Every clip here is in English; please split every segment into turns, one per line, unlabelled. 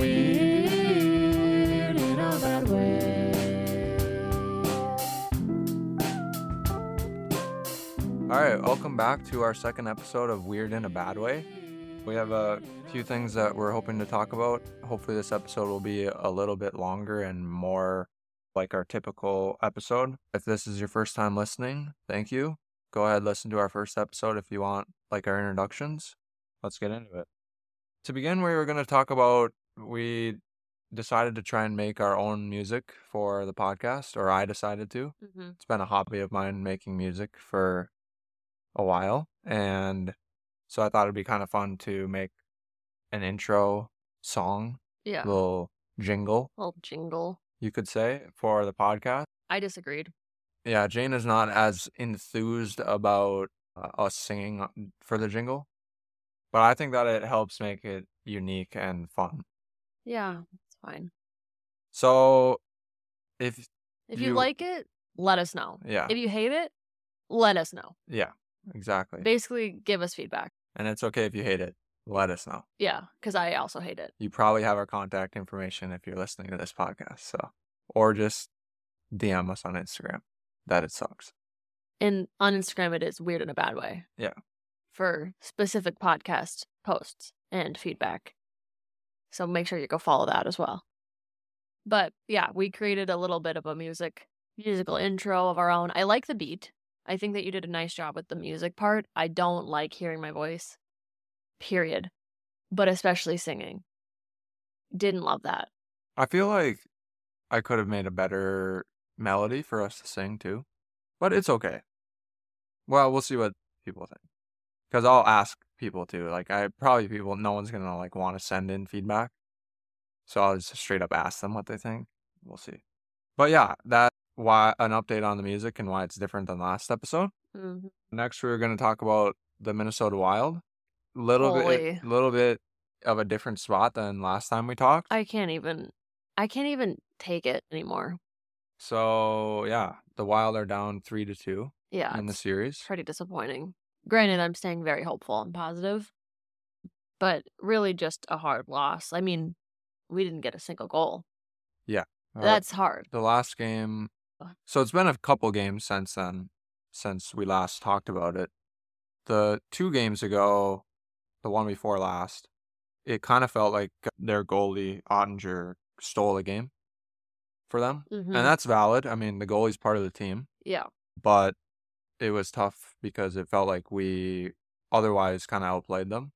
Mm-hmm.
back to our second episode of Weird in a Bad Way. We have a few things that we're hoping to talk about. Hopefully, this episode will be a little bit longer and more like our typical episode. If this is your first time listening, thank you. Go ahead, listen to our first episode if you want, like our introductions. Let's get into it. To begin, we were going to talk about we decided to try and make our own music for the podcast, or I decided to
Mm-hmm.
it's been a hobby of mine making music for a while and so i thought it'd be kind of fun to make an intro song
Yeah.
little jingle
Little jingle.
you could say for the podcast
I disagreed.
yeah jane is not as enthused about uh, us singing for the jingle but i think that it helps make it unique and fun
Yeah, it's fine.
so if
If you,
You-
like it, let us know.
yeah
If you hate it, let us know.
yeah exactly
Basically, give us feedback.
and it's okay if you hate it let us know
Yeah, because I also hate it.
you probably have our contact information if you're listening to this podcast. So, or just DM us on Instagram. That it sucks.
And on Instagram, it is weird in a bad way.
Yeah.
For specific podcast posts and feedback. So make sure you go follow that as well. But yeah, we created a little bit of a music musical intro of our own. I like the beat. I think that you did a nice job with the music part. I don't like hearing my voice. Period. But especially singing. Didn't love that.
I feel like I could have made a better melody for us to sing too, but it's okay. Well, we'll see what people think. Because I'll ask people too. Like, I probably people, no one's gonna like want to send in feedback. So I'll just straight up ask them what they think. We'll see. But yeah, that why an update on the music and why it's different than last episode. Mm-hmm.
Mhm.
Next, we're going to talk about the Minnesota Wild. Little
Holy.
bit, little bit of a different spot than last time we talked.
I can't even I can't even take it anymore.
So yeah, the Wild are down three to two
Yeah.
in the
it's-
series.
pretty disappointing. Granted, I'm staying very hopeful and positive, but really just a hard loss. I mean, we didn't get a single goal.
Uh,
That's hard.
the last game. So it's been a couple games since then, since we last talked about it. The two games ago, the one before last, it kind of felt like their goalie Ottinger stole a game for them,
Mm-hmm.
and that's valid. I mean, the goalie's part of the team.
yeah.
but it was tough because it felt like we otherwise kind of outplayed them.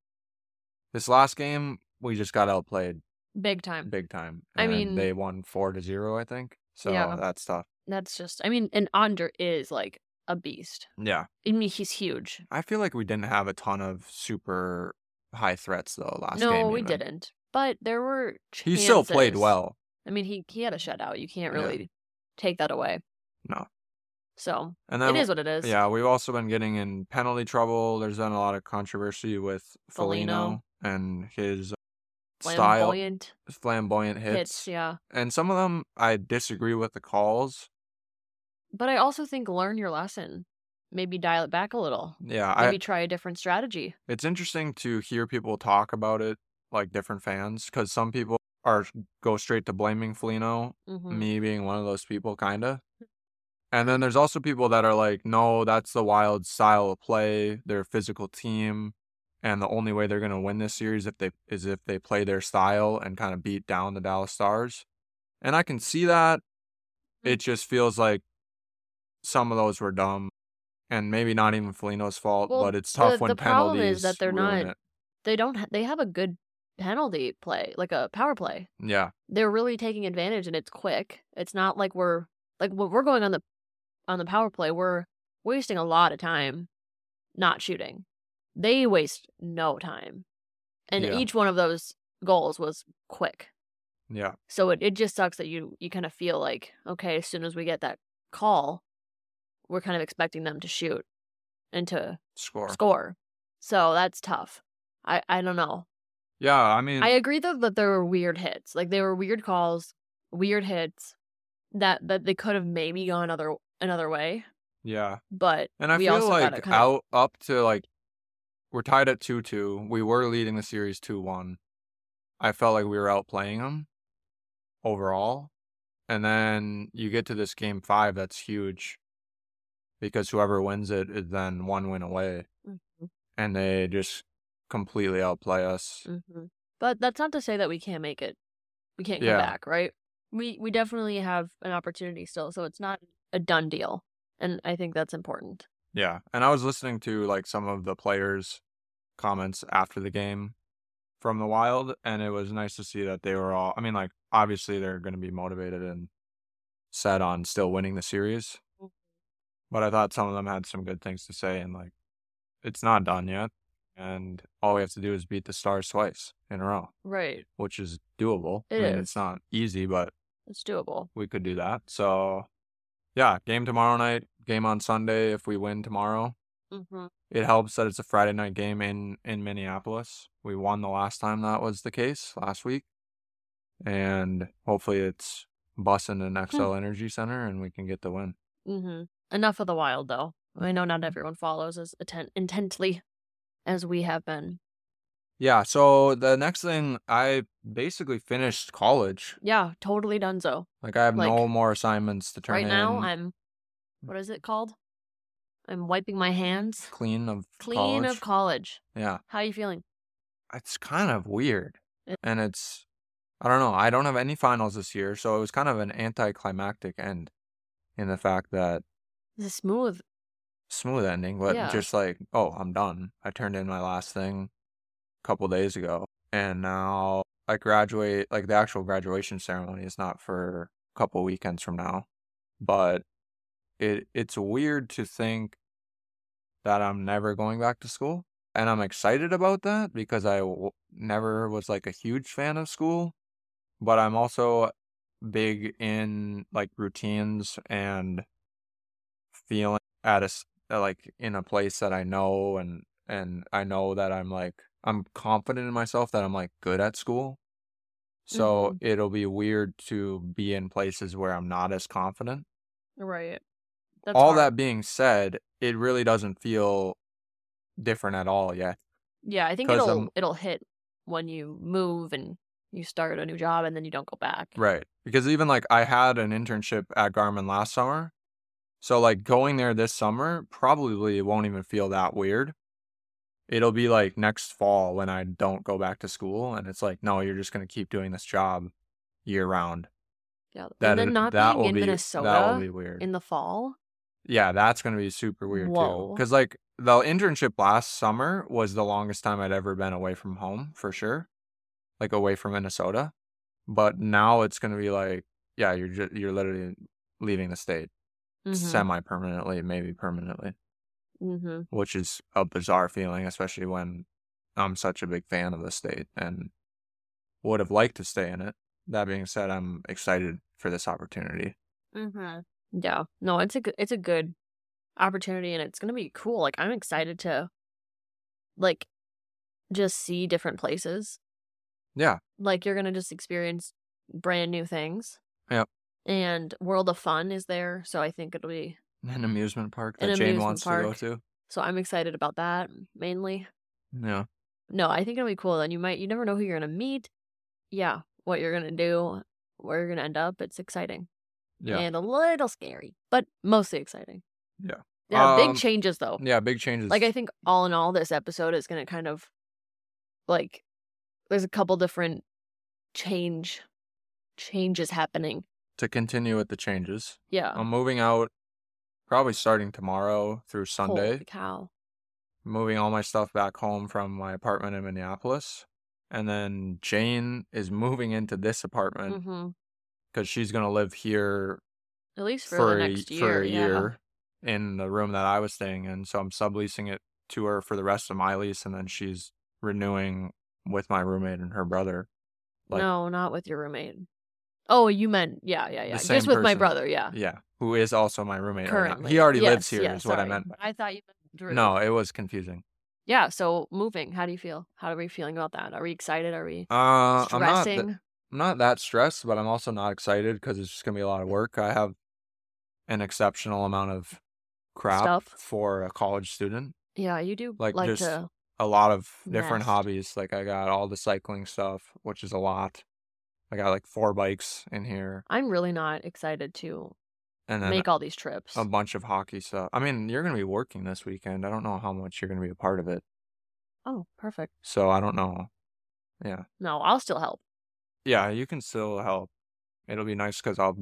This last game, we just got outplayed
Big time.
big time.
I mean-
they won four to zero, I think. So
Yeah.
that's tough.
That's just, I mean, and Andre is like a beast.
Yeah,
I mean, he's huge.
I feel like we didn't have a ton of super high threats though last
no,
game.
we
even.
didn't. But there were
He
chances.
still played well.
I mean, he, he had a shutout. You can't
Yeah.
really take that away.
No.
So
And
it
then
is what it is.
yeah, we've also been getting in penalty trouble. There's been a lot of controversy with Foligno,
Foligno.
and his style,
Flamboyant
flamboyant
hits.
hits.
Yeah.
and some of them I disagree with the calls.
But I also think learn your lesson. Maybe dial it back a little.
Yeah,
Maybe
I,
try a different strategy.
it's interesting to hear people talk about it, like different fans, because some people are go straight to blaming Felino,
Mm-hmm.
me being one of those people, kinda.
Hmm.
And then there's also people that are like, no, that's the wild style of play. They're a physical team, and the only way they're gonna win this series if they is if they play their style and kind of beat down the Dallas Stars. And I can see that.
Hmm.
It just feels like some of those were dumb, and maybe not even Felino's fault.
Well,
but it's tough
the-
when
the
penalties
problem is that they're not-
ruin it.
They don't. Ha- they have a good penalty play, like a power play.
Yeah,
They're really taking advantage, and it's quick. It's not like we're like when we're going on the on the power play. We're wasting a lot of time not shooting. They waste no time, and
Yeah.
each one of those goals was quick.
yeah,
So it, it just sucks that you you kind of feel like okay, as soon as we get that call, we're kind of expecting them to shoot and to
score.
score. So that's tough. I I don't know.
Yeah, I mean,
I agree though that there were weird hits. Like there were weird calls, weird hits that that they could have maybe gone other another way.
yeah,
But
and I
we
feel
also gotta
like
kinda-
out up to like we're tied at two two. We were leading the series two one. I felt like we were outplaying them overall, and then you get to this game five that's huge. because whoever wins it is then one win away,
Mhm.
and they just completely outplay us.
Mhm. But that's not to say that we can't make it. We can't come
Yeah.
back, right? We we definitely have an opportunity still, so it's not a done deal, and I think that's important.
Yeah, and I was listening to like some of the players' comments after the game from the Wild, and it was nice to see that they were all. I mean, like obviously they're going to be motivated and set on still winning the series,
Mhm.
but I thought some of them had some good things to say, and like it's not done yet, and all we have to do is beat the Stars twice in a row,
Right.
which is doable.
It
I mean,
is.
It's not easy, but
It's doable.
we could do that. So, yeah, game tomorrow night, game on Sunday if we win tomorrow.
Mm-hmm.
It helps that it's a Friday night game in in Minneapolis. We won the last time that was the case last week, and hopefully it's bussing an
Hmm.
XL Energy Center and we can get the win.
Mm-hmm. Enough of the wild, though. I know
Mm-hmm.
not everyone follows as atten- intently as we have been.
Yeah. So the next thing, I basically finished college.
Yeah, totally donezo.
Like I have no
Like,
more assignments to turn
right
in.
now, I'm. What is it called? I'm wiping my hands
clean of
clean
college.
of college.
yeah.
How you feeling?
it's kind of weird.
It-
And it's, I don't know, I don't have any finals this year. So it was kind of an anticlimactic end in the fact that
Is it smooth?
smooth ending, but
Yeah.
just like, oh, I'm done. I turned in my last thing a couple days ago. And now I graduate, like the actual graduation ceremony is not for a couple weekends from now. But it it's weird to think that I'm never going back to school. And I'm excited about that because I w- never was like a huge fan of school. But I'm also big in like routines and feeling at a s- uh, like in a place that I know and and I know that I'm like I'm confident in myself that I'm like good at school. So
Mm-hmm.
it'll be weird to be in places where I'm not as confident.
Right. That's
all
hard.
that being said, it really doesn't feel different at all yet.
Yeah, I think
'Cause,
it'll
um,
it'll hit when you move and you start a new job and then you don't go back.
Right. Because even like I had an internship at Garmin last summer. So like going there this summer probably won't even feel that weird. It'll be like next fall when I don't go back to school and it's like, no, you're just gonna keep doing this job year round.
Yeah,
That
and then
it-
not
that
being
will
in
be, That will
Minnesota
be weird.
in the fall.
yeah, that's gonna be super weird too.
Whoa.
Because like the internship last summer was the longest time I'd ever been away from home for sure, like away from Minnesota. But now it's gonna be like, yeah, you're ju- you're literally leaving the state
Mm-hmm.
semi permanently, maybe permanently,
hmm
which is a bizarre feeling, especially when I'm such a big fan of the state and would have liked to stay in it. That being said, I'm excited for this opportunity.
Mm-hmm. Yeah. No, it's a good, it's a good opportunity and it's going to be cool. Like I'm excited to like just see different places.
Yeah.
Like you're going to just experience brand new things.
Yep.
And World of Fun is there, so I think it'll be
An amusement park that
An
Jane
amusement
wants
park.
to go to.
so I'm excited about that mainly.
Yeah.
No, I think it'll be cool. And you might you never know who you're going to meet. Yeah, what you're going to do, where you're going to end up. It's exciting.
Yeah.
And a little scary, but mostly exciting.
Yeah.
Yeah,
Um,
big changes though.
yeah. Big changes.
like i think all in all this episode is going to kind of like there's a couple different change changes happening
to continue with the changes,
yeah
I'm moving out probably starting tomorrow through Sunday.
Holy cow
moving all my stuff back home from my apartment in Minneapolis. And then Jane is moving into this apartment
hmm
because she's going to live here
at least
for,
for, the
a,
next year
for a
yeah.
year in the room that I was staying in. So I'm subleasing it to her for the rest of my lease. And then she's renewing with my roommate and her brother. like-
no not with your roommate oh you meant yeah yeah yeah just
same
with my
person.
brother yeah
Yeah. Who is also my roommate. right now.
Uh. currently
he already
Yes,
lives here,
yeah,
is what I
sorry.
meant. by-
i thought you meant Drew.
No, it was confusing.
yeah so moving how do you feel how are we feeling about that are we excited are we
Uh, I'm not. th-
stressing
I'm not that stressed, but I'm also not excited because it's just gonna be a lot of work. I have an exceptional amount of crap
Stuff.
for a college student.
yeah you do
like,
like,
just
to
A lot of different
Nest.
hobbies. Like I got all the cycling stuff, which is a lot. I got like four bikes in here.
I'm really not excited to
and then
make all these trips.
a bunch of hockey stuff. I mean, you're going to be working this weekend. I don't know how much you're going to be a part of it.
oh, perfect.
So I don't know.
No, I'll still help.
Yeah, you can still help. It'll be nice because I'll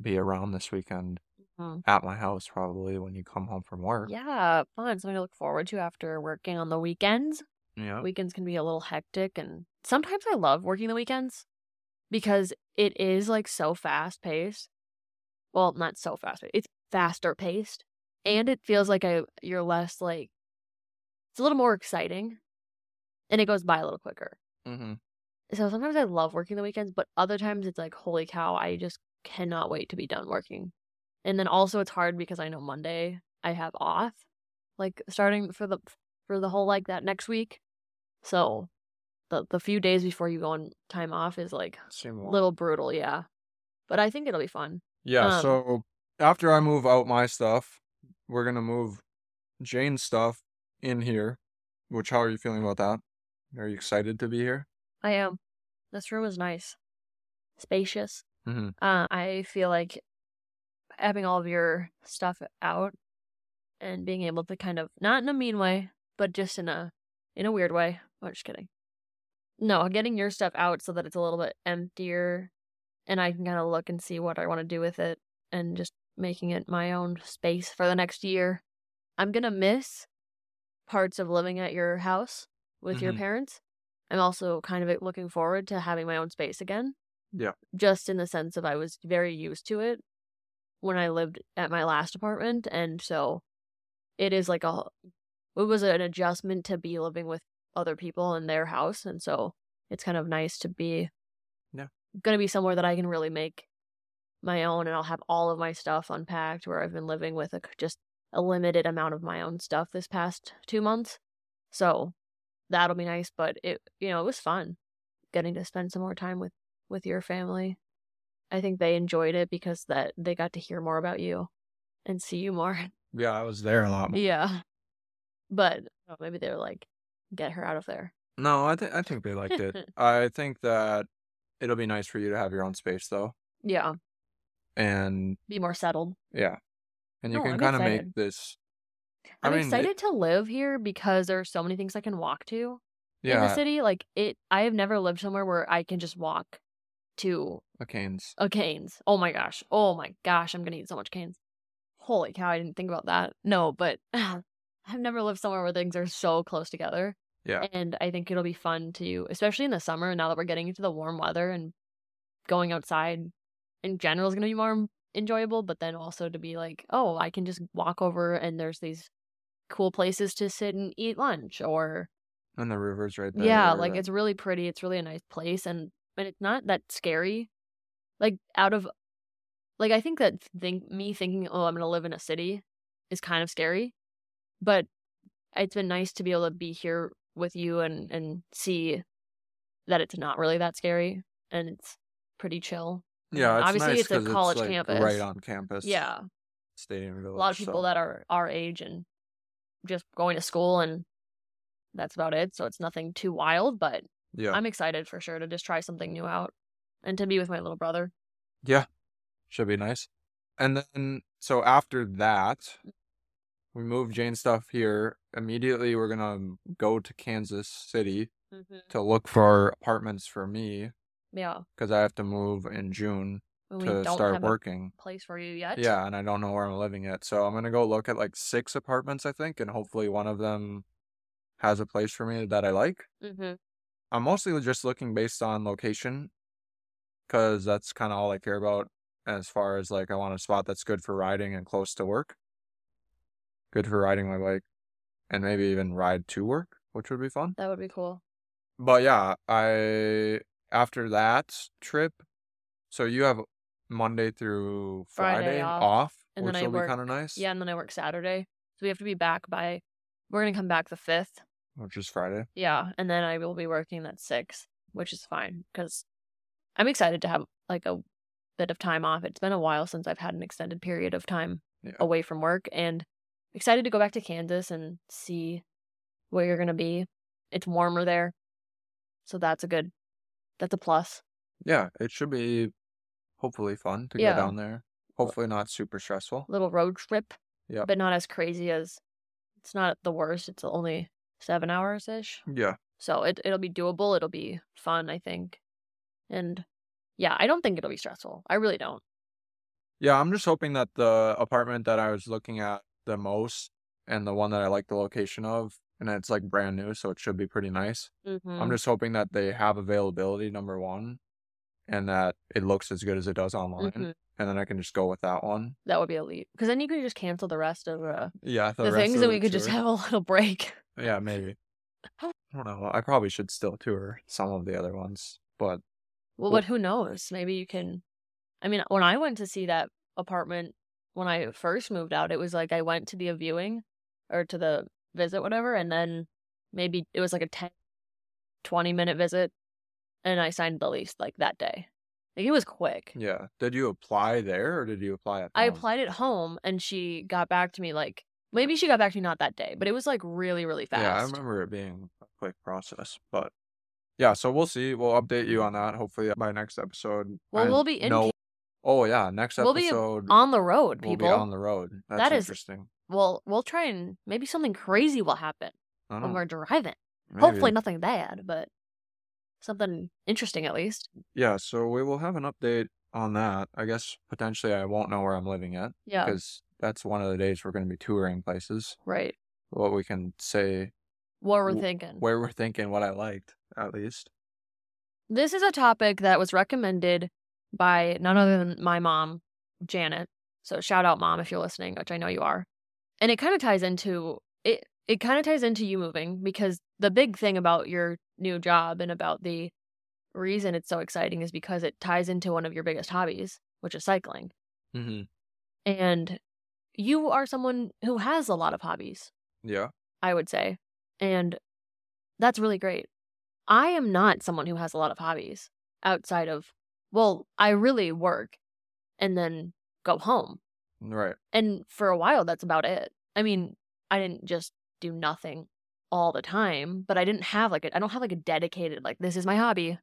be around this weekend
Mhm.
at my house probably when you come home from work.
Yeah, fun. Something to look forward to after working on the weekends.
Yeah.
Weekends can be a little hectic, and sometimes I love working the weekends because it is like so fast paced. Well, not so fast. It's faster paced,
Mm.
and it feels like I you're less like it's a little more exciting, and it goes by a little quicker.
hmm
So sometimes I love working the weekends, but other times it's like, holy cow, I just cannot wait to be done working. And then also it's hard because I know Monday I have off, like starting for the for the whole like that next week. So the the few days before you go on time off is like
Same
a
old.
little brutal, yeah. But I think it'll be fun.
Yeah.
Um,
so after I move out my stuff, we're gonna move Jane's stuff in here. Which how are you feeling about that? Are you excited to be here?
I am. This room is nice. Spacious.
Mm-hmm.
Uh, I feel like having all of your stuff out and being able to kind of not in a mean way, but just in a in a weird way. I'm just kidding. No, getting your stuff out so that it's a little bit emptier, and I can kind of look and see what I want to do with it, and just making it my own space for the next year. I'm gonna miss parts of living at your house with your
Mhm.
parents. I'm also kind of looking forward to having my own space again just in the sense of I was very used to it when I lived at my last apartment, and so it is like a it was an adjustment to be living with other people in their house, and so it's kind of nice to be
Yeah.
gonna be somewhere that I can really make my own, and I'll have all of my stuff unpacked. Where I've been living with a, just a limited amount of my own stuff this past two months, so that'll be nice. But it you know it was fun getting to spend some more time with with your family. I think they enjoyed it because that they got to hear more about you and see you more.
Yeah, I was there a lot. More.
yeah. But oh, maybe they were like, get her out of there.
No, I think I think they liked it. I think that it'll be nice for you to have your own space though,
Yeah.
and
Be more settled.
yeah, and you
No,
can
I'm
kind of make
excited.
this. I
I'm
mean, it-
excited to live here because there are so many things I can walk to in the
Yeah,
city. Like it I have never lived somewhere where I can just walk to
the canes.
a canes. Oh my gosh. Oh my gosh, I'm gonna eat so much canes. Holy cow, I didn't think about that. No, but I've never lived somewhere where things are so close together.
Yeah.
And I think it'll be fun to especially in the summer now that we're getting into the warm weather and going outside in general is gonna be more enjoyable, but then also to be like, oh, I can just walk over and there's these cool places to sit and eat lunch or
And the river's right there.
yeah, like
and-
it's really pretty. It's really a nice place, and and it's not that scary. Like out of, like I think that think me thinking, oh, I'm gonna live in a city, is kind of scary, but it's been nice to be able to be here with you and and see that it's not really that scary and it's pretty chill.
yeah. It's
obviously
nice
it's a
'cause
college
like,
campus.
right on campus.
Yeah,
Stadium Village.
a lot of people
so-
that are our age and just going to school and that's about it. So it's nothing too wild, but
yeah.
I'm excited for sure to just try something new out and to be with my little brother.
Should be nice. And then, so after that, we move Jane's stuff here. Immediately, we're going to go to Kansas City to look for apartments for me
Yeah.
because I have to move in June
When we
to
don't
start
have
working.
a place for you yet.
Yeah, and I don't know where I'm living yet. So I'm going to go look at like six apartments, I think, and hopefully one of them has a place for me that I like.
Mm-hmm.
I'm mostly just looking based on location because that's kind of all I care about as far as like I want a spot that's good for riding and close to work. Good for riding my bike and maybe even ride to work, which would be fun.
That would be cool.
But yeah, I after that trip, so you have Monday through Friday,
Friday off,
off,
and
which
then I
will
work-
be kind of nice.
Yeah, and then I work Saturday. So we have to be back by we're gonna come back the fifth.
Which is Friday.
Yeah. And then I will be working that six, which is fine because I'm excited to have like a bit of time off. It's been a while since I've had an extended period of time
Yeah.
away from work and excited to go back to Kansas and see where you're going to be. It's warmer there. So that's a good, that's a plus.
Yeah, it should be hopefully fun to
Yeah.
go down there. Hopefully not super stressful.
little road trip.
Yep.
But not as crazy as it's not the worst. It's only seven hours ish.
Yeah.
So it it'll be doable. It'll be fun, I think. And yeah, I don't think it'll be stressful. I really don't.
Yeah, I'm just hoping that the apartment that I was looking at the most and the one that I like the location of, and it's like brand new, so it should be pretty nice.
Mm-hmm.
I'm just hoping that they have availability, number one, and that it looks as good as it does online.
Mm-hmm.
And then I can just go with that one.
That would be elite. Because then you could just cancel the rest of uh,
Yeah.
the,
rest
things and
of the
we could just
tour-
have a little break.
Yeah, maybe. I don't know. I probably should still tour some of the other ones, but
Well,
Well-
but who knows? Maybe you can. I mean, when I went to see that apartment when I first moved out, it was like I went to the viewing or to the visit, whatever, and then maybe it was like a 10, 20 minute visit, and I signed the lease like that day. Like it was quick.
yeah. Did you apply there or did you apply at
I
home?
applied at home, and she got back to me like maybe she got back to me not that day, but it was like really, really fast.
Yeah, I remember it being a quick process, but yeah, so we'll see. We'll update you on that hopefully by next episode.
Well,
I
we'll be in
know-
Ca-
Oh yeah, next
We'll be
episode
on the road,
we'll
people.
be on the road. That's
That is-
interesting.
Well, we'll try and maybe something crazy will happen
I
when
don't know.
we're driving.
maybe.
Hopefully, nothing bad, but something interesting at least.
Yeah, so we will have an update on that. I guess potentially I won't know where I'm living yet
Yeah,
because that's one of the days we're going to be touring places.
right.
What we can say,
What we're
W-
thinking.
where we're thinking, what I liked at least.
this is a topic that was recommended by none other than my mom, Janet. So shout out mom if you're listening, which I know you are. And it kind of ties into it it kind of ties into you moving because the big thing about your new job and about the reason it's so exciting is because it ties into one of your biggest hobbies, which is cycling.
Mm-hmm.
And you are someone who has a lot of hobbies.
Yeah.
I would say. And that's really great. I am not someone who has a lot of hobbies outside of, well, I really work and then go home.
Right.
And for a while, that's about it. I mean, I didn't just do nothing all the time, but I didn't have like a, I don't have like a dedicated, like, this is my hobby.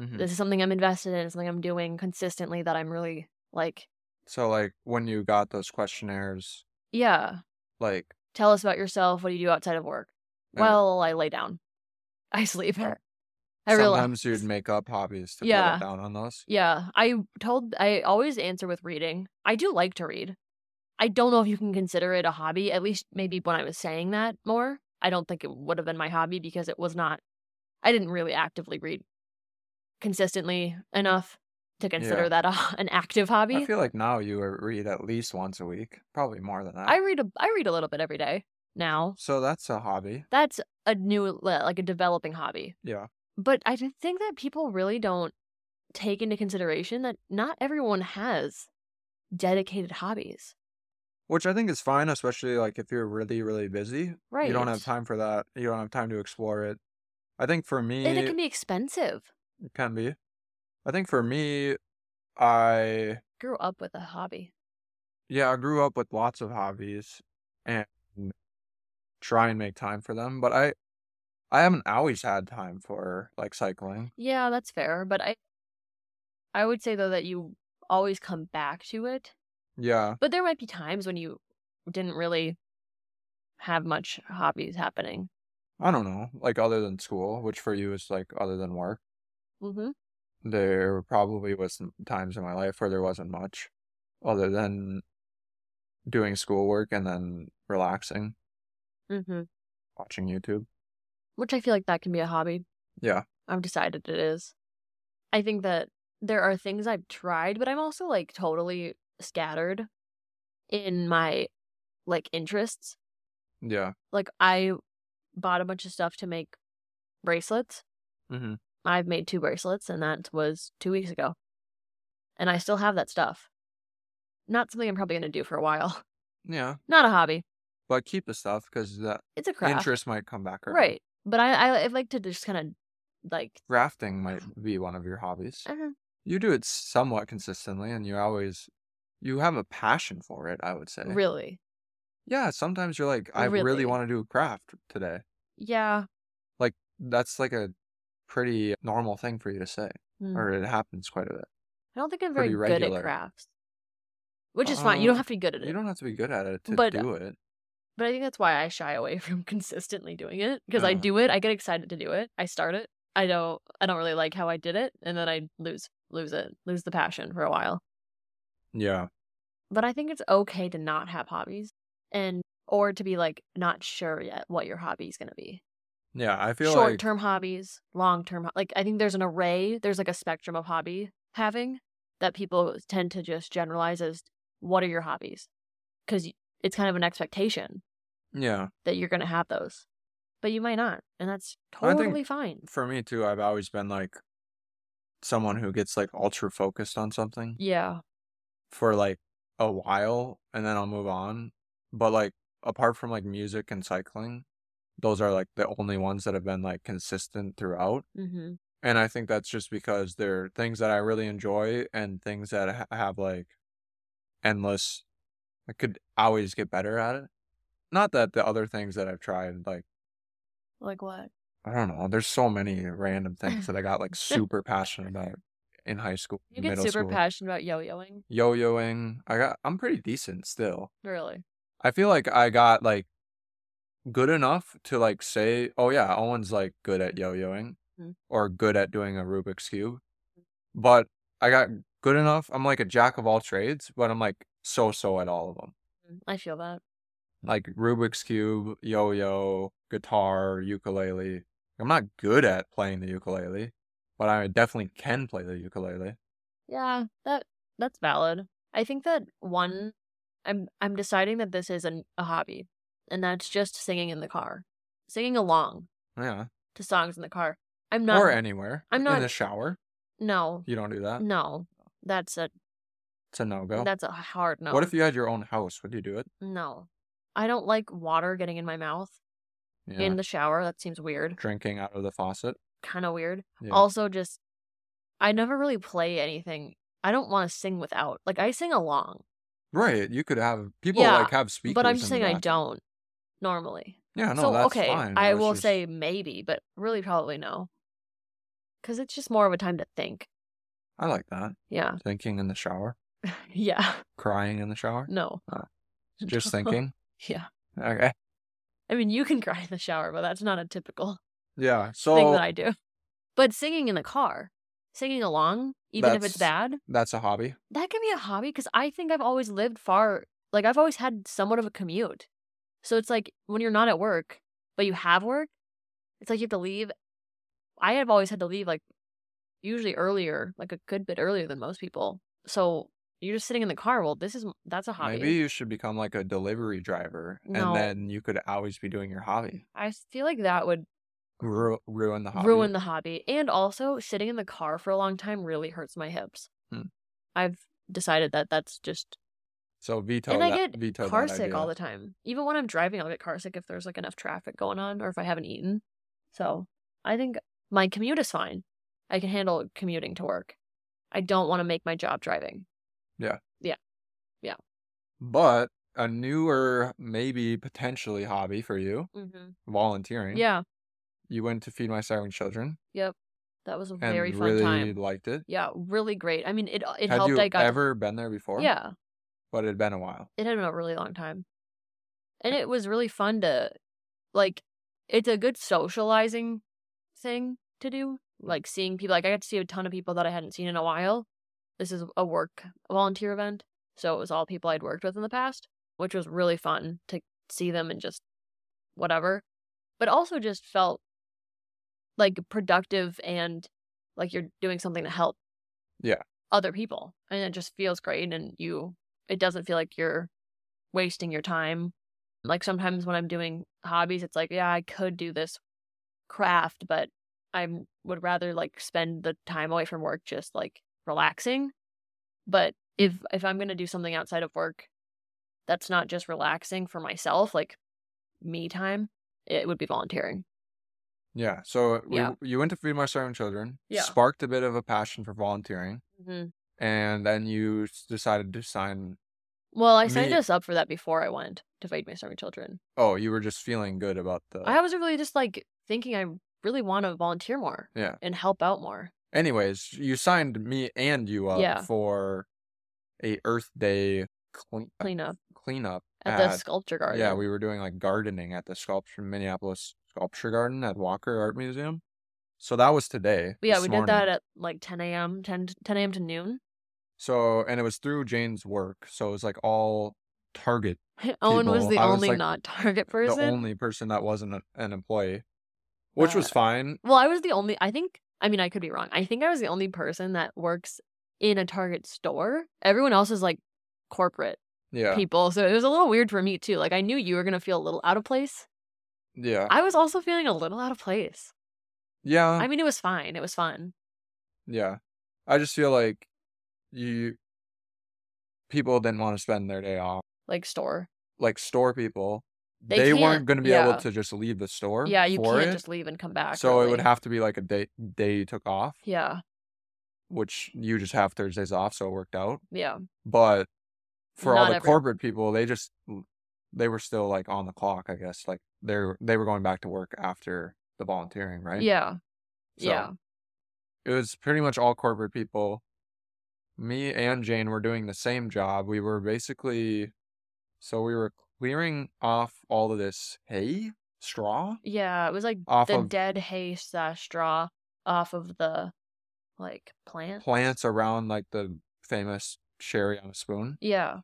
Mm-hmm.
This is something I'm invested in, something I'm doing consistently that I'm really like,
So like when you got those questionnaires,
yeah,
like
tell us about yourself. What do you do outside of work?
Yeah.
Well, I lay down, I sleep. I realize.
sometimes you'd make up hobbies to
Yeah.
put down on those.
Yeah, I told I always answer with reading. I do like to read. I don't know if you can consider it a hobby. At least maybe when I was saying that more, I don't think it would have been my hobby because it was not. I didn't really actively read consistently enough to consider
Yeah.
that a, an active hobby.
I feel like now you would read at least once a week, probably more than that.
I read a I read a little bit every day now.
so that's a hobby.
That's a new like a developing hobby.
Yeah.
But I do think that people really don't take into consideration that not everyone has dedicated hobbies.
Which I think is fine, especially like if you're really, really busy.
Right.
You don't have time for that. You don't have time to explore it. I think for me
And it can be expensive.
it can be. I think for me I
Grew up with a hobby.
yeah, I grew up with lots of hobbies and try and make time for them, but I I haven't always had time for like cycling.
Yeah, that's fair, but I I would say though that you always come back to it.
Yeah.
But there might be times when you didn't really have much hobbies happening.
I don't know. Like other than school, which for you is like other than work,
Mm-hmm.
there probably was some times in my life where there wasn't much other than doing schoolwork and then relaxing,
Mm-hmm.
watching YouTube.
Which I feel like that can be a hobby.
Yeah.
I've decided it is. I think that there are things I've tried, but I'm also like totally scattered in my like interests.
Yeah.
like I bought a bunch of stuff to make bracelets.
Mhm.
I've made two bracelets, and that was two weeks ago, and I still have that stuff. Not something I'm probably gonna do for a while.
Yeah.
Not a hobby.
But keep the stuff because that
It's a craft,
interest might come back around.
right? But I, I I like to just kind of like
Rafting might be one of your hobbies.
uh,
You do it somewhat consistently and you always you have a passion for it, I would say.
really,
Yeah, sometimes you're like I really,
Really.
want to do a craft today.
yeah.
That's like a pretty normal thing for you to say
Hmm.
or it happens quite a bit.
I don't think I'm very
pretty
good at
regular.
crafts. which is fine. You
Uh,
don't have to be good at
You
it.
don't have to be good at it to
But- uh
do it.
But I think that's why I shy away from consistently doing it because I
Uh.
do it, I get excited to do it, I start it, I don't, I don't really like how I did it, and then I lose, lose it, lose the passion for a while.
Yeah.
But I think it's okay to not have hobbies and or to be like not sure yet what your hobby is going to be.
Yeah. I feel
Short
like
term hobbies, long term, like I think there's an array, there's like a spectrum of hobby having that people tend to just generalize as what are your hobbies? Because it's kind of an expectation
yeah.
that you're going to have those, but you might not, and that's
I think-
totally fine.
For me too, I've always been like someone who gets like ultra focused on something
Yeah,
for like a while and then I'll move on. But like apart from like music and cycling, those are like the only ones that have been like consistent throughout.
hmm
And I think that's just because they're things that I really enjoy and things that ha- have like endless, I could always get better at it. Not that the other things that I've tried, like,
like what?
I don't know, there's so many random things that I got like super passionate about in high school,
You get
middle
super
school.
passionate about yo-yoing,
Yo-yoing, I got, I'm pretty decent still.
really?
I feel like I got like good enough to like say, oh yeah, Owen's like good at yo-yoing
Mhm.
or good at doing a Rubik's cube. But I got good enough. I'm like a jack of all trades, but I'm like so-so at all of them.
Mm, I feel that.
Like Rubik's cube, yo-yo, guitar, ukulele. I'm not good at playing the ukulele, but I definitely can play the ukulele.
Yeah, that that's valid. I think that one, I'm I'm deciding that this is an, a hobby, and that's just singing in the car, singing along
Yeah.
to songs in the car. I'm not.
or Uh, anywhere.
I'm
in
not-
the shower.
no,
You don't do that.
no, that's a
It's a no-go.
that's a hard no.
What if you had your own house? Would you do it?
No, I don't like water getting in my mouth
Yeah.
in the shower. That seems weird.
drinking out of the faucet.
Kind of weird.
Yeah.
also just I never really play anything. I don't want to sing without. Like I sing along,
right. You could have people
Yeah,
like have speakers.
but I'm
in
just
the
saying I
bathroom.
don't normally.
Yeah, no,
so
that's
okay,
fine.
I
was
will
just-
say maybe, but really probably no. Cuz it's just more of a time to think.
I like that.
Yeah.
Thinking in the shower,
yeah.
crying in the shower,
No.
Ah, just
No.
thinking.
Yeah.
Okay.
I mean, you can cry in the shower, but that's not a typical
Yeah. So
thing that I do. But singing in the car, singing along, even if it's
That's-
bad,
that's a hobby.
that can be a hobby because I think I've always lived far. Like I've always had somewhat of a commute. So it's like when you're not at work, but you have work, it's like you have to leave. I have always had to leave like usually earlier, like a good bit earlier than most people. So you're just sitting in the car. Well, this is that's a hobby.
Maybe you should become like a delivery driver,
No.
and then you could always be doing your hobby.
I feel like that would
Ru- ruin the hobby.
ruin the hobby. And also, sitting in the car for a long time really hurts my hips.
Hmm.
I've decided that that's just
So veto.
and I
that,
get
veto
car
that
sick all the
idea.
time. Even when I'm driving, I'll get car sick if there's like enough traffic going on or if I haven't eaten. So I think my commute is fine. I can handle commuting to work. I don't want to make my job driving.
But a newer, maybe potentially hobby for you,
Mm-hmm.
volunteering.
Yeah.
You went to feed my siren children
Yep. That was a
and
very fun
really
time.
liked it.
Yeah, really great. I mean, it uh, it
Had
helped.
you
I got to-
ever been there before?
yeah.
but it had been a while.
It had been a really long time, and it was really fun to like. It's a good socializing thing to do. Like seeing people. Like I got to see a ton of people that I hadn't seen in a while. This is a work volunteer event, so it was all people I'd worked with in the past, which was really fun to see them and just whatever. But also just felt like productive and like you're doing something to help.
Yeah.
Other people, and it just feels great, and you. It doesn't feel like you're wasting your time. Like sometimes when I'm doing hobbies, it's like, yeah, I could do this craft, but I would rather like spend the time away from work just like relaxing. But if
Mm.
if I'm gonna do something outside of work, that's not just relaxing for myself, like me time. It would be volunteering.
Yeah. So we,
Yeah.
you went to Feed My Starving Children,
Yeah.
sparked a bit of a passion for volunteering,
Mm-hmm.
and then you s- decided to sign.
Well, I signed
Me-
us up for that before I went to feed my starving children.
Oh, you were just feeling good about the.
I was really just like thinking I really want to volunteer more
Yeah.
and help out more.
Anyways, you signed me and you up
Yeah.
for a Earth Day clean uh,
clean up
cleanup
at the sculpture garden.
Yeah, we were doing like gardening at the sculpture Minneapolis Sculpture Garden at Walker Art Museum. So that was today.
But yeah,
this
we
morning.
did that at like 10 a.m., 10, 10 a.m. to noon.
So and it was through Jane's work. So it was like all Target,
Owen was
People,
the
I was,
only
like,
not target
the
person.
only person that wasn't a- an employee, which was
Uh,
fine.
Well, I was the only, I think, I mean, I could be wrong. I think I was the only person that works in a Target store. Everyone else is like corporate
Yeah,
people. So it was a little weird for me too. Like I knew you were going to feel a little out of place.
yeah,
I was also feeling a little out of place.
yeah.
I mean, it was fine. It was fun.
Yeah. I just feel like you people didn't want to spend their day off.
Like store.
Like store people,
They
they, weren't
can't-
going to be
yeah.
able to just leave the store.
Yeah, you
for
can't
it.
just leave and come back.
So it would
really.
have to be like a day day you took off,
Yeah.
which you just have Thursdays off, so it worked out.
Yeah.
But for all
Not
the
everyone.
corporate people, they just they were still like on the clock, I guess. Like they're they were going back to work after the volunteering, right?
Yeah.
So
yeah.
it was pretty much all corporate people. Me and Jane were doing the same job. We were basically, so we were clearing off all of this hay, straw
Yeah. It was like
off
the
of
dead hay slash straw off of the like plant.
plants around like the famous sherry on a spoon.
Yeah.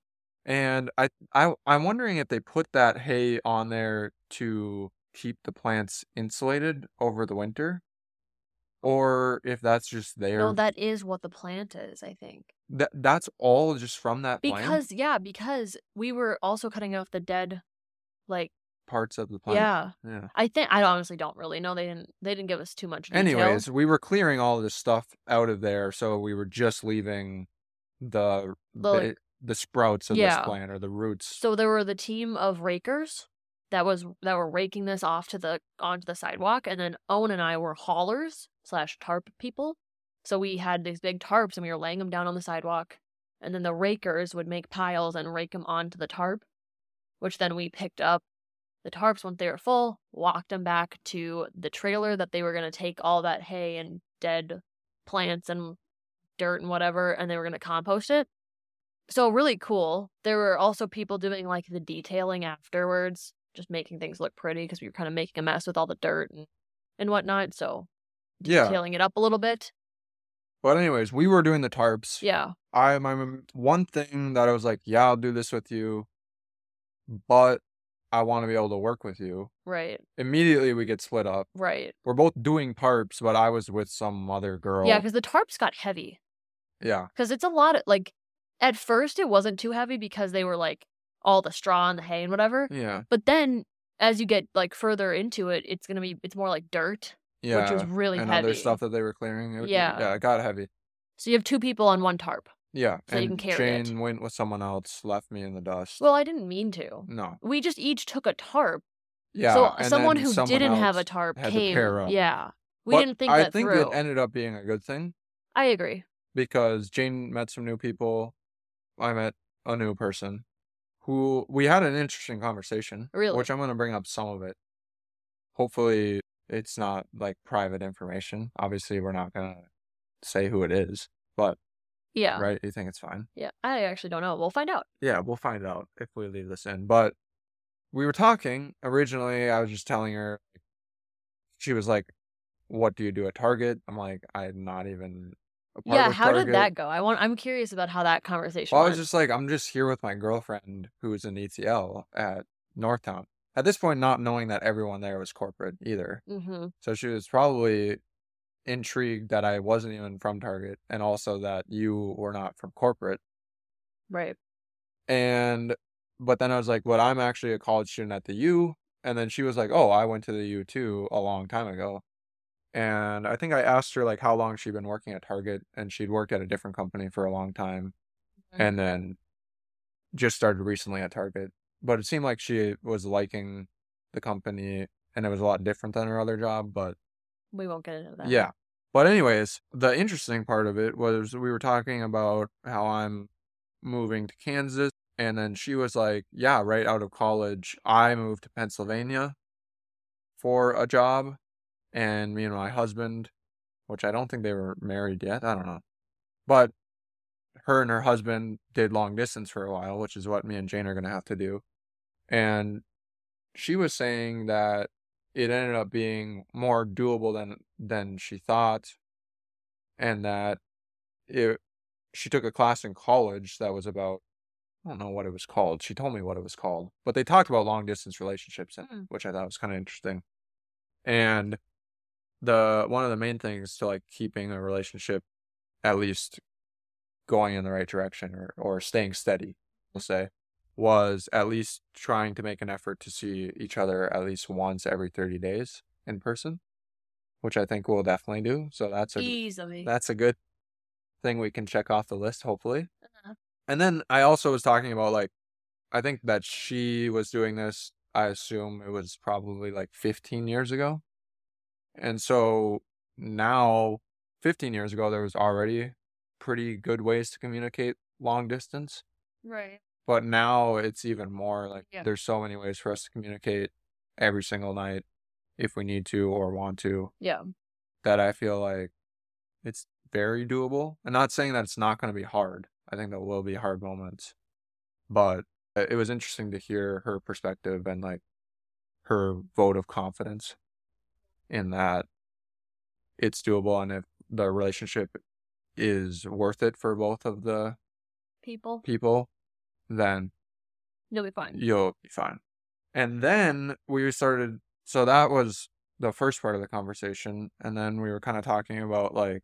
And I, I, I'm wondering if they put that hay on there to keep the plants insulated over the winter, or if that's just there.
No, that is what the plant is, I think.
That- that's all just from that plant?
Because yeah, because we were also cutting off the dead like
parts of the plant.
yeah.
Yeah.
I think I honestly don't really know. They didn't they didn't give us too much detail.
Anyways, we were clearing all this stuff out of there, so we were just leaving the
The,
ba-
like-
the sprouts of
Yeah.
this plant or the roots.
So there were the team of rakers that was that were raking this off to the onto the sidewalk, and then Owen and I were haulers slash tarp people. So we had these big tarps and we were laying them down on the sidewalk, and then the rakers would make piles and rake them onto the tarp, which then we picked up the tarps once they were full, walked them back to the trailer that they were going to take all that hay and dead plants and dirt and whatever, and they were going to compost it so really cool. There were also people doing like the detailing afterwards, just making things look pretty because we were kind of making a mess with all the dirt and, and whatnot. So
yeah.
detailing it up a little bit.
But anyways, we were doing the tarps.
Yeah.
I my mem- one thing that I was like, yeah, I'll do this with you, but I want to be able to work with you.
Right.
Immediately we get split up.
Right.
We're both doing tarps, but I was with some other girl.
Yeah, because the tarps got heavy.
yeah.
Because it's a lot of like, at first it wasn't too heavy because they were like all the straw and the hay and whatever.
Yeah.
But then as you get like further into it, it's gonna be it's more like dirt,
Yeah.
which is really
and
heavy.
other stuff that they were clearing. It-
Yeah.
Yeah, it got heavy.
So you have two people on one tarp.
Yeah,
So
and
you can carry it.
Jane went with someone else, left me in the dust.
Well, I didn't mean to.
no,
We just each took a tarp
Mm. yeah.
so
and
someone
then
who didn't have a
else-
tarp
had to
came.
pair up.
Yeah, we
But
didn't think
I
that
think
through.
it ended up being a good thing
I agree.
because Jane met some new people. I met a new person who we had an interesting conversation.
Really?
which I'm going to bring up some of it. Hopefully, it's not like private information. Obviously, we're not going to say who it is, but
Yeah,
right? You think it's fine?
yeah. I actually don't know. We'll find out.
yeah, we'll find out if we leave this in. But we were talking originally. I was just telling her. She was like, "What do you do at Target?" I'm like, "I'm not even." A part
yeah,
of
how
Target.
did that go? I want. I'm curious about how that conversation.
Well, I
went.
was just like, "I'm just here with my girlfriend who's an ETL E at Northtown." At this point, not knowing that everyone there was corporate either,
hmm
so she was probably intrigued that I wasn't even from Target, and also that you were not from corporate.
Right.
and but then I was like, "But I'm actually a college student at the U." And then she was like, "Oh, I went to the U too a long time ago." And I think I asked her like how long she'd been working at Target, and she'd worked at a different company for a long time,
Mhm.
and then just started recently at Target. But it seemed like she was liking the company, and it was a lot different than her other job. But
We won't get into that.
yeah. But anyways, the interesting part of it was we were talking about how I'm moving to Kansas and then she was like, "Yeah, right out of college, I moved to Pennsylvania for a job and me and my husband, which I don't think they were married yet, I don't know. But her and her husband did long distance for a while, which is what me and Jane are going to have to do. And she was saying that it ended up being more doable than than she thought and that it she took a class in college that was about I don't know what it was called. She told me what it was called, but they talked about long distance relationships, and
Mm.
which I thought was kind of interesting. And the one of the main things to like keeping a relationship at least going in the right direction or or staying steady, we'll say, was at least trying to make an effort to see each other at least once every thirty days in person, which I think we'll definitely do. So that's a
Easily.
that's a good thing we can check off the list, hopefully.
Uh-huh.
And then I also was talking about like, I think that she was doing this, I assume it was probably like 15 years ago. And so now, 15 years ago, there was already pretty good ways to communicate long distance.
right.
But now it's even more like
Yeah.
there's so many ways for us to communicate every single night if we need to or want to
Yeah.
that I feel like it's very doable. I'm not saying that it's not going to be hard. I think there will be hard moments, but uh, it was interesting to hear her perspective and like her vote of confidence in that it's doable and if the relationship is worth it for both of the
People,
people, then
you'll be fine.
you'll be fine. And then we started. So that was the first part of the conversation. And then we were kind of talking about like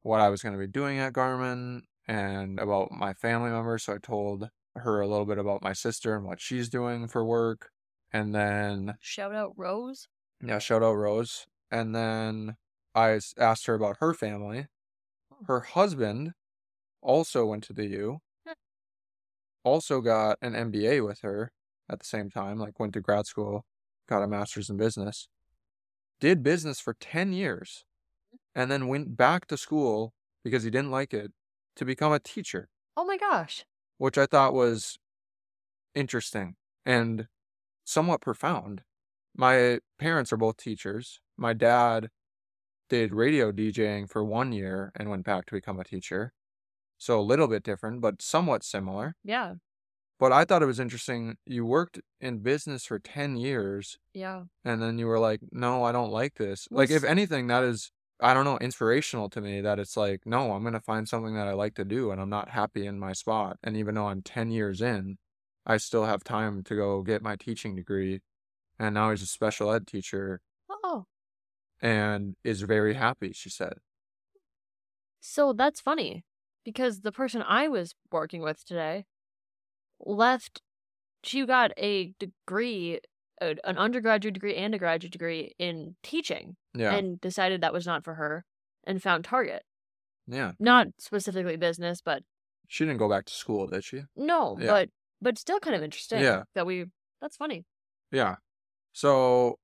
what I was going to be doing at Garmin and about my family members. So I told her a little bit about my sister and what she's doing for work. And then
Shout out Rose.
yeah, shout out Rose. And then I s- asked her about her family. Her husband also went to the U,
Hmm.
also got an MBA with her at the same time, like went to grad school, got a master's in business, did business for 10 years, and then went back to school because he didn't like it to become a teacher,
Oh my gosh.
which I thought was interesting and somewhat profound. My parents are both teachers. My dad did radio DJing for one year and went back to become a teacher. So a little bit different, but somewhat similar.
Yeah.
But I thought it was interesting. You worked in business for 10 years
Yeah.
and then you were like, no, I don't like this.
Well,
Like, if
s-
anything, that is, I don't know, inspirational to me that it's like, no, I'm going to find something that I like to do and I'm not happy in my spot. And even though I'm 10 years in, I still have time to go get my teaching degree. And now he's a special ed teacher
Oh.
and is very happy, she said.
So that's funny because the person I was working with today left. She got a degree, a, an undergraduate degree and a graduate degree in teaching,
Yeah.
and decided that was not for her, and found Target.
yeah.
Not specifically business, but
She didn't go back to school, did she?
no,
Yeah.
but but still kind of interesting.
Yeah.
That we. That's funny.
Yeah. So,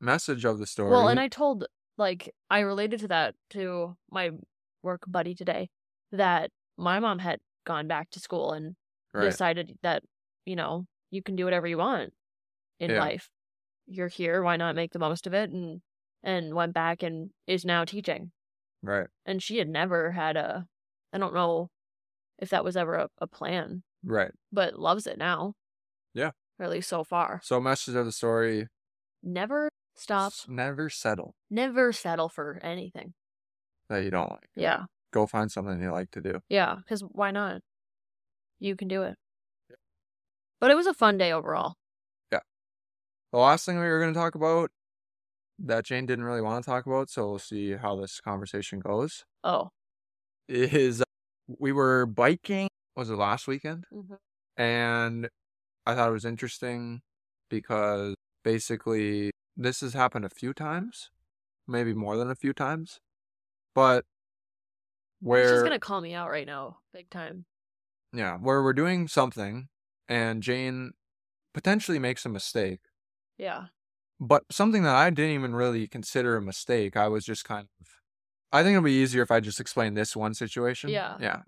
message of the story.
Well, and I told like I related to that to my work buddy today that my mom had gone back to school and
right.
decided that you know you can do whatever you want in
Yeah.
life. You're here, why not make the most of it? And and went back and is now teaching.
right.
And she had never had a, I don't know if that was ever a, a plan,
Right.
but loves it now.
Yeah.
Or at least so far.
So, message of the story
Never stop.
s- never settle
Never settle for anything.
that you don't like.
Yeah.
Go find something you like to do.
Yeah, because why not? You can do it. But it was a fun day overall.
The last thing we were going to talk about that Jane didn't really want to talk about, so we'll see how this conversation goes,
Oh,
is uh, we were biking, was it last weekend?
Mhm.
And I thought it was interesting because basically this has happened a few times, maybe more than a few times, but where.
she's gonna call me out right now, big time.
Yeah, where we're doing something and Jane potentially makes a mistake,
Yeah,
but something that I didn't even really consider a mistake. I was just kind of, I think it'll be easier if I just explain this one situation.
Yeah.
Yeah.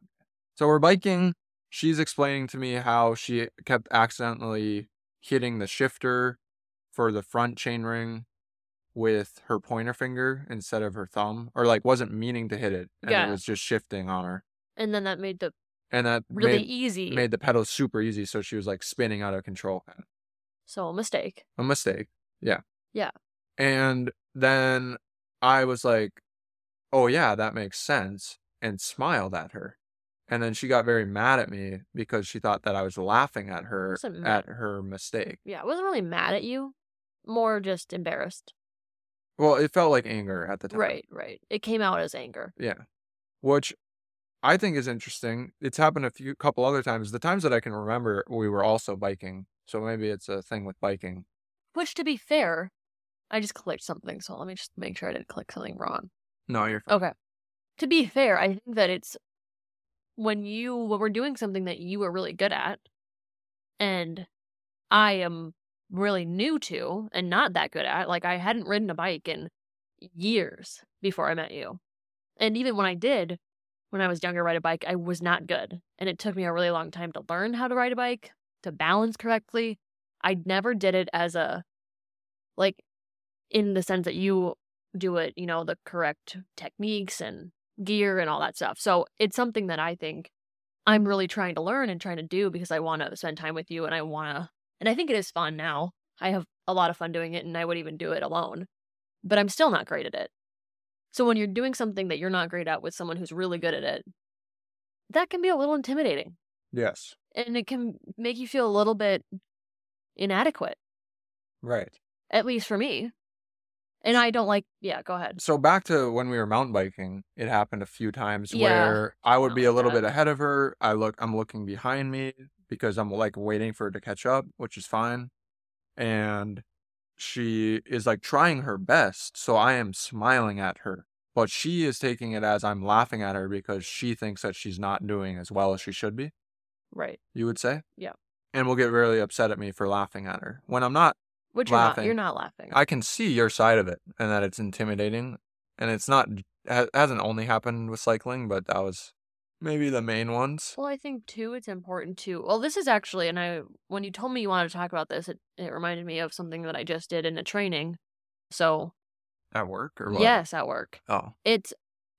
So we're biking. She's explaining to me how she kept accidentally hitting the shifter for the front chainring with her pointer finger instead of her thumb, or like wasn't meaning to hit it. And
Yeah.
it was just shifting on her.
and then that made the
and that
really
made,
easy.
made the pedals super easy. So she was like spinning out of control.
so a mistake.
A mistake. Yeah.
Yeah.
And then I was like, oh, yeah, that makes sense, and smiled at her. And then she got very mad at me because she thought that I was laughing at her
Wasn't mad.
at her mistake.
Yeah, I wasn't really mad at you, more just embarrassed.
Well, it felt like anger at the time.
Right, right. It came out as anger.
which I think is interesting. It's happened a few couple other times. The times that I can remember, we were also biking. So maybe it's a thing with biking.
Which, to be fair, I just clicked something, so let me just make sure I didn't click something wrong.
No, you're fine.
Okay. To be fair, I think that it's when you when we're doing something that you are really good at, and I am really new to and not that good at. Like I hadn't ridden a bike in years before I met you, and even when I did, when I was younger, ride a bike, I was not good, and it took me a really long time to learn how to ride a bike to balance correctly. I never did it as a like in the sense that you do it, you know, the correct techniques and gear and all that stuff. So it's something that I think I'm really trying to learn and trying to do because I want to spend time with you and I want to, and I think it is fun now. I have a lot of fun doing it and I would even do it alone, but I'm still not great at it. So when you're doing something that you're not great at with someone who's really good at it, that can be a little intimidating
Yes.
and it can make you feel a little bit inadequate,
Right.
at least for me. And I don't like, yeah, go ahead.
So back to when we were mountain biking, it happened a few times
Yeah.
where I would be a
Something
little
like
bit ahead of her. I look I'm looking behind me because I'm like waiting for her to catch up, which is fine. And she is like trying her best, so I am smiling at her. But she is taking it as I'm laughing at her because she thinks that she's not doing as well as she should be,
Right.
you would say?
Yeah.
And will get really upset at me for laughing at her. When I'm not
Which
Laughing.
you're not, you're not laughing.
I can see your side of it and that it's intimidating. And it's not, ha- hasn't only happened with cycling, but that was maybe the main ones.
Well, I think too, it's important to. Well, this is actually, and I when you told me you wanted to talk about this, it, it reminded me of something that I just did in a training. So
At work or what?
yes, at work,
Oh,
it's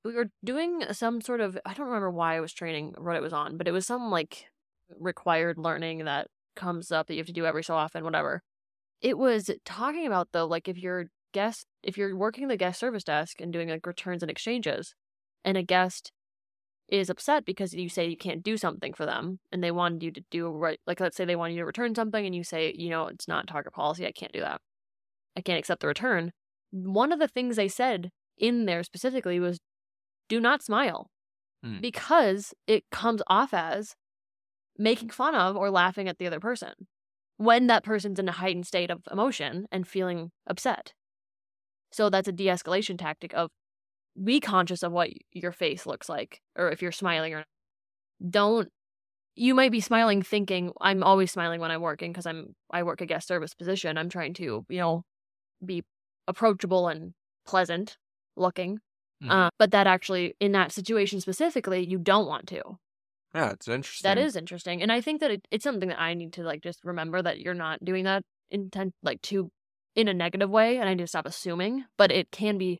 we were doing some sort of I don't remember why I was training what it was on, but it was some like required learning that comes up that you have to do every so often, whatever. It was talking about though, like if you're guest if you're working the guest service desk and doing like returns and exchanges, and a guest is upset because you say you can't do something for them and they wanted you to do right like let's say they wanted you to return something and you say you know it's not target policy i can't do that i can't accept the return one of the things they said in there specifically was do not smile
Hmm.
because it comes off as making fun of or laughing at the other person when that person's in a heightened state of emotion and feeling upset. So that's a de escalation tactic of be conscious of what your face looks like or if you're smiling or not. Don't you might be smiling thinking I'm always smiling when I'm working because I'm I work a guest service position. I'm trying to, you know, be approachable and pleasant looking.
Mhm.
Uh, but that actually, in that situation specifically, you don't want to.
yeah, it's interesting.
That is interesting, and I think that it, it's something that I need to like just remember that you're not doing that intent like to in a negative way, and I need to stop assuming. But it can be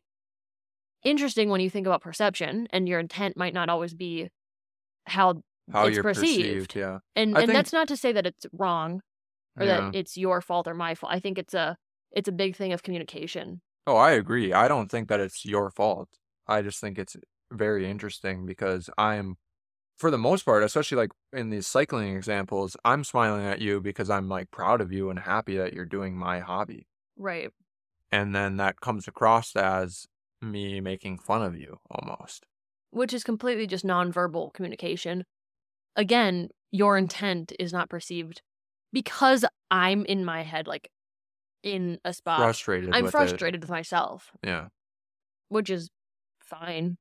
interesting when you think about perception, and your intent might not always be how.
how
it's
you're
perceived.
perceived. Yeah.
And
I
and
think-
that's not to say that it's wrong or
yeah.
that it's your fault or my fault. I think it's a it's a big thing of communication.
Oh, I agree. I don't think that it's your fault. I just think it's very interesting because I'm, for the most part, especially like in these cycling examples, I'm smiling at you because I'm like proud of you and happy that you're doing my hobby.
Right.
and then that comes across as me making fun of you almost.
which is completely just nonverbal communication. Again, your intent is not perceived because I'm in my head, like in a spot.
Frustrated.
Ah, I'm
with
frustrated with myself,
It. Yeah.
which is fine.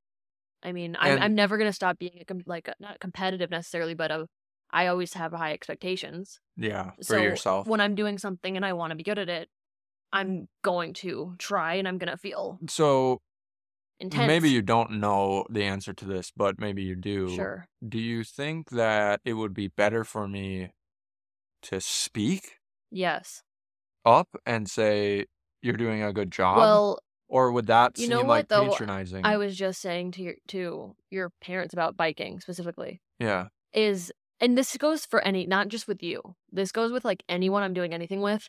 I mean, I'm,
And-
I'm never going to stop being a com- like not competitive necessarily, but a, I always have high expectations.
Yeah. For
So
yourself.
When I'm doing something and I want to be good at it, I'm going to try and I'm going to feel
so
intense.
maybe you don't know the answer to this, but maybe you do.
Sure.
Do you think that it would be better for me to speak
Yes.
up and say you're doing a good job,
well,
Or would that
You
seem
know
like
what, though?
patronizing?
I was just saying to your to your parents about biking specifically
yeah.
is and this goes for any not just with you. This goes with like anyone I'm doing anything with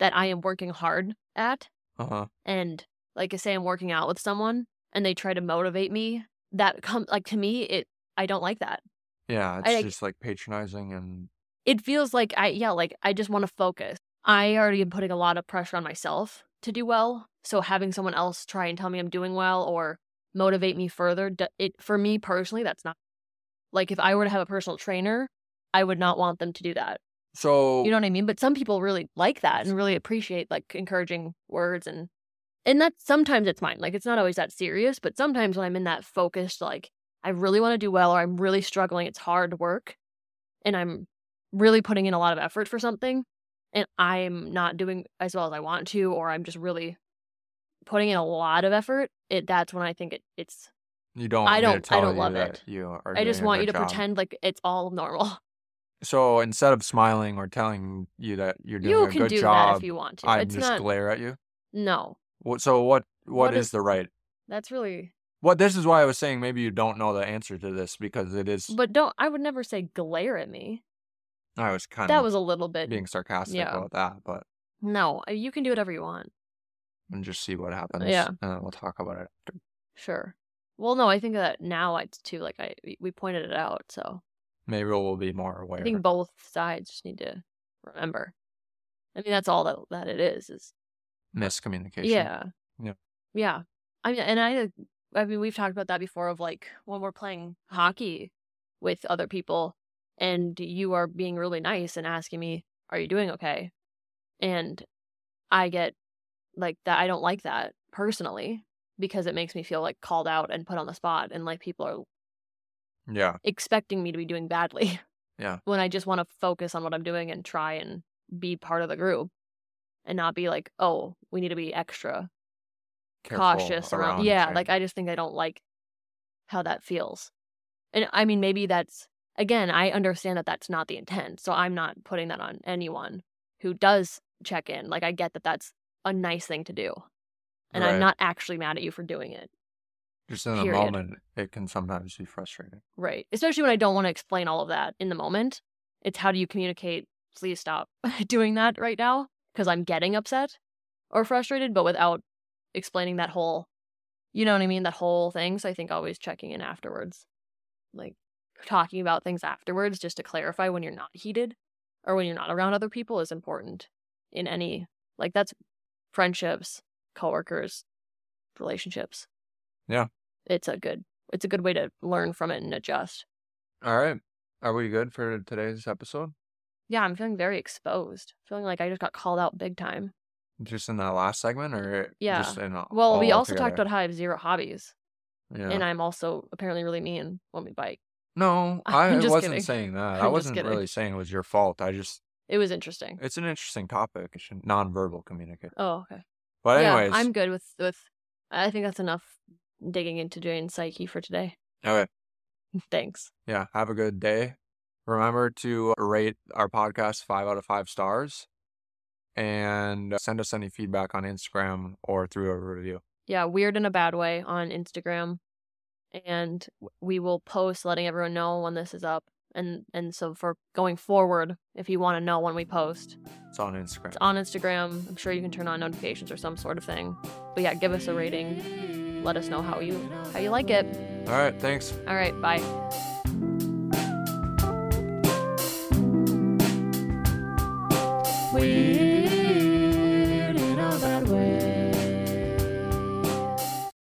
that I am working hard at
Uh huh.
and like I say I'm working out with someone and they try to motivate me that come like to me it I don't like that.
Yeah. It's
I like-
just like patronizing and
It feels like I yeah, like I just want to focus. I already am putting a lot of pressure on myself to do well, so having someone else try and tell me I'm doing well or motivate me further d- it for me personally that's not like if I were to have a personal trainer, I would not want them to do that.
so.
You know what I mean? But some people really like that and really appreciate like encouraging words and and that's sometimes it's mine. Like it's not always that serious, but sometimes when I'm in that focused, like I really want to do well or I'm really struggling, it's hard work and I'm really putting in a lot of effort for something and I'm not doing as well as I want to, or I'm just really putting in a lot of effort, it that's when I think it, it's
You don't.
I
want me to
don't- I
tell
don't
you
love
that
it.
You are
I just
doing a
want you
good
to
job.
pretend like it's all normal.
So instead of smiling or telling you that you're doing
You
a
can
good
do
job,
that if you want to.
I
it's
just
not
glare at you.
no.
What? So what?
What
what is,
is-
the right?
That's really
Well, this is why I was saying maybe you don't know the answer to this because it is.
But don't I would never say glare at me.
I was kind
That
of
was a little bit
Um, being sarcastic
yeah.
about that, but
No, uh, you can do whatever you want.
and just see what happens.
Yeah.
and then we'll talk about it. After.
Sure. Well, no, I think that now it's too like I we- we pointed it out, so
Maybe we'll be more aware.
I think both sides just need to remember. I mean, that's all that that it is is
Miscommunication.
yeah.
Yeah.
Yeah. I mean, and I I mean, we've talked about that before of like when we're playing hockey with other people and you are being really nice and asking me, "Are you doing okay?" and I get like that I don't like that personally because it makes me feel like called out and put on the spot and like people are
Yeah.
expecting me to be doing badly.
Yeah.
When I just want to focus on what I'm doing and try and be part of the group and not be like, "Oh, we need to be extra."
Careful
cautious around,
around
yeah
things.
like i just think i don't like how that feels and i mean maybe that's again i understand that that's not the intent so i'm not putting that on anyone who does check in like i get that that's a nice thing to do and
Right.
i'm not actually mad at you for doing it
just in the
period.
moment, it can sometimes be frustrating.
right especially when i don't want to explain all of that in the moment it's how do you communicate please stop doing that right now because i'm getting upset or frustrated but without explaining that whole you know what i mean that whole thing so i think always checking in afterwards like talking about things afterwards just to clarify when you're not heated or when you're not around other people is important in any like that's friendships coworkers relationships
Yeah.
it's a good it's a good way to learn from it and adjust
All right. Are we good for today's episode?
yeah i'm feeling very exposed feeling like i just got called out big time
Just in that last segment, or
Yeah.
Just in all,
well we
all
also talked
together?
about how i have zero hobbies
Oh, Yeah.
and i'm also apparently really mean when we bike
no,
I'm
I
just
wasn't
kidding.
saying that.
I'm
I
just
wasn't
kidding.
really saying it was your fault. I just
it was interesting
it's an interesting topic. It's nonverbal communication.
oh okay
But anyways,
yeah i'm good with with i think that's enough digging into jane's psyche for today
okay.
thanks
Yeah, have a good day. Remember to rate our podcast five out of five stars and send us any feedback on Instagram or through a review.
yeah weird in a bad way on instagram and w- we will post letting everyone know when this is up and and so for going forward if you want to know when we post
It's on Instagram.
on Instagram. I'm sure you can turn on notifications or some sort of thing. But yeah, give us a rating. Let us know how you how you like it.
All right, thanks.
All right, bye.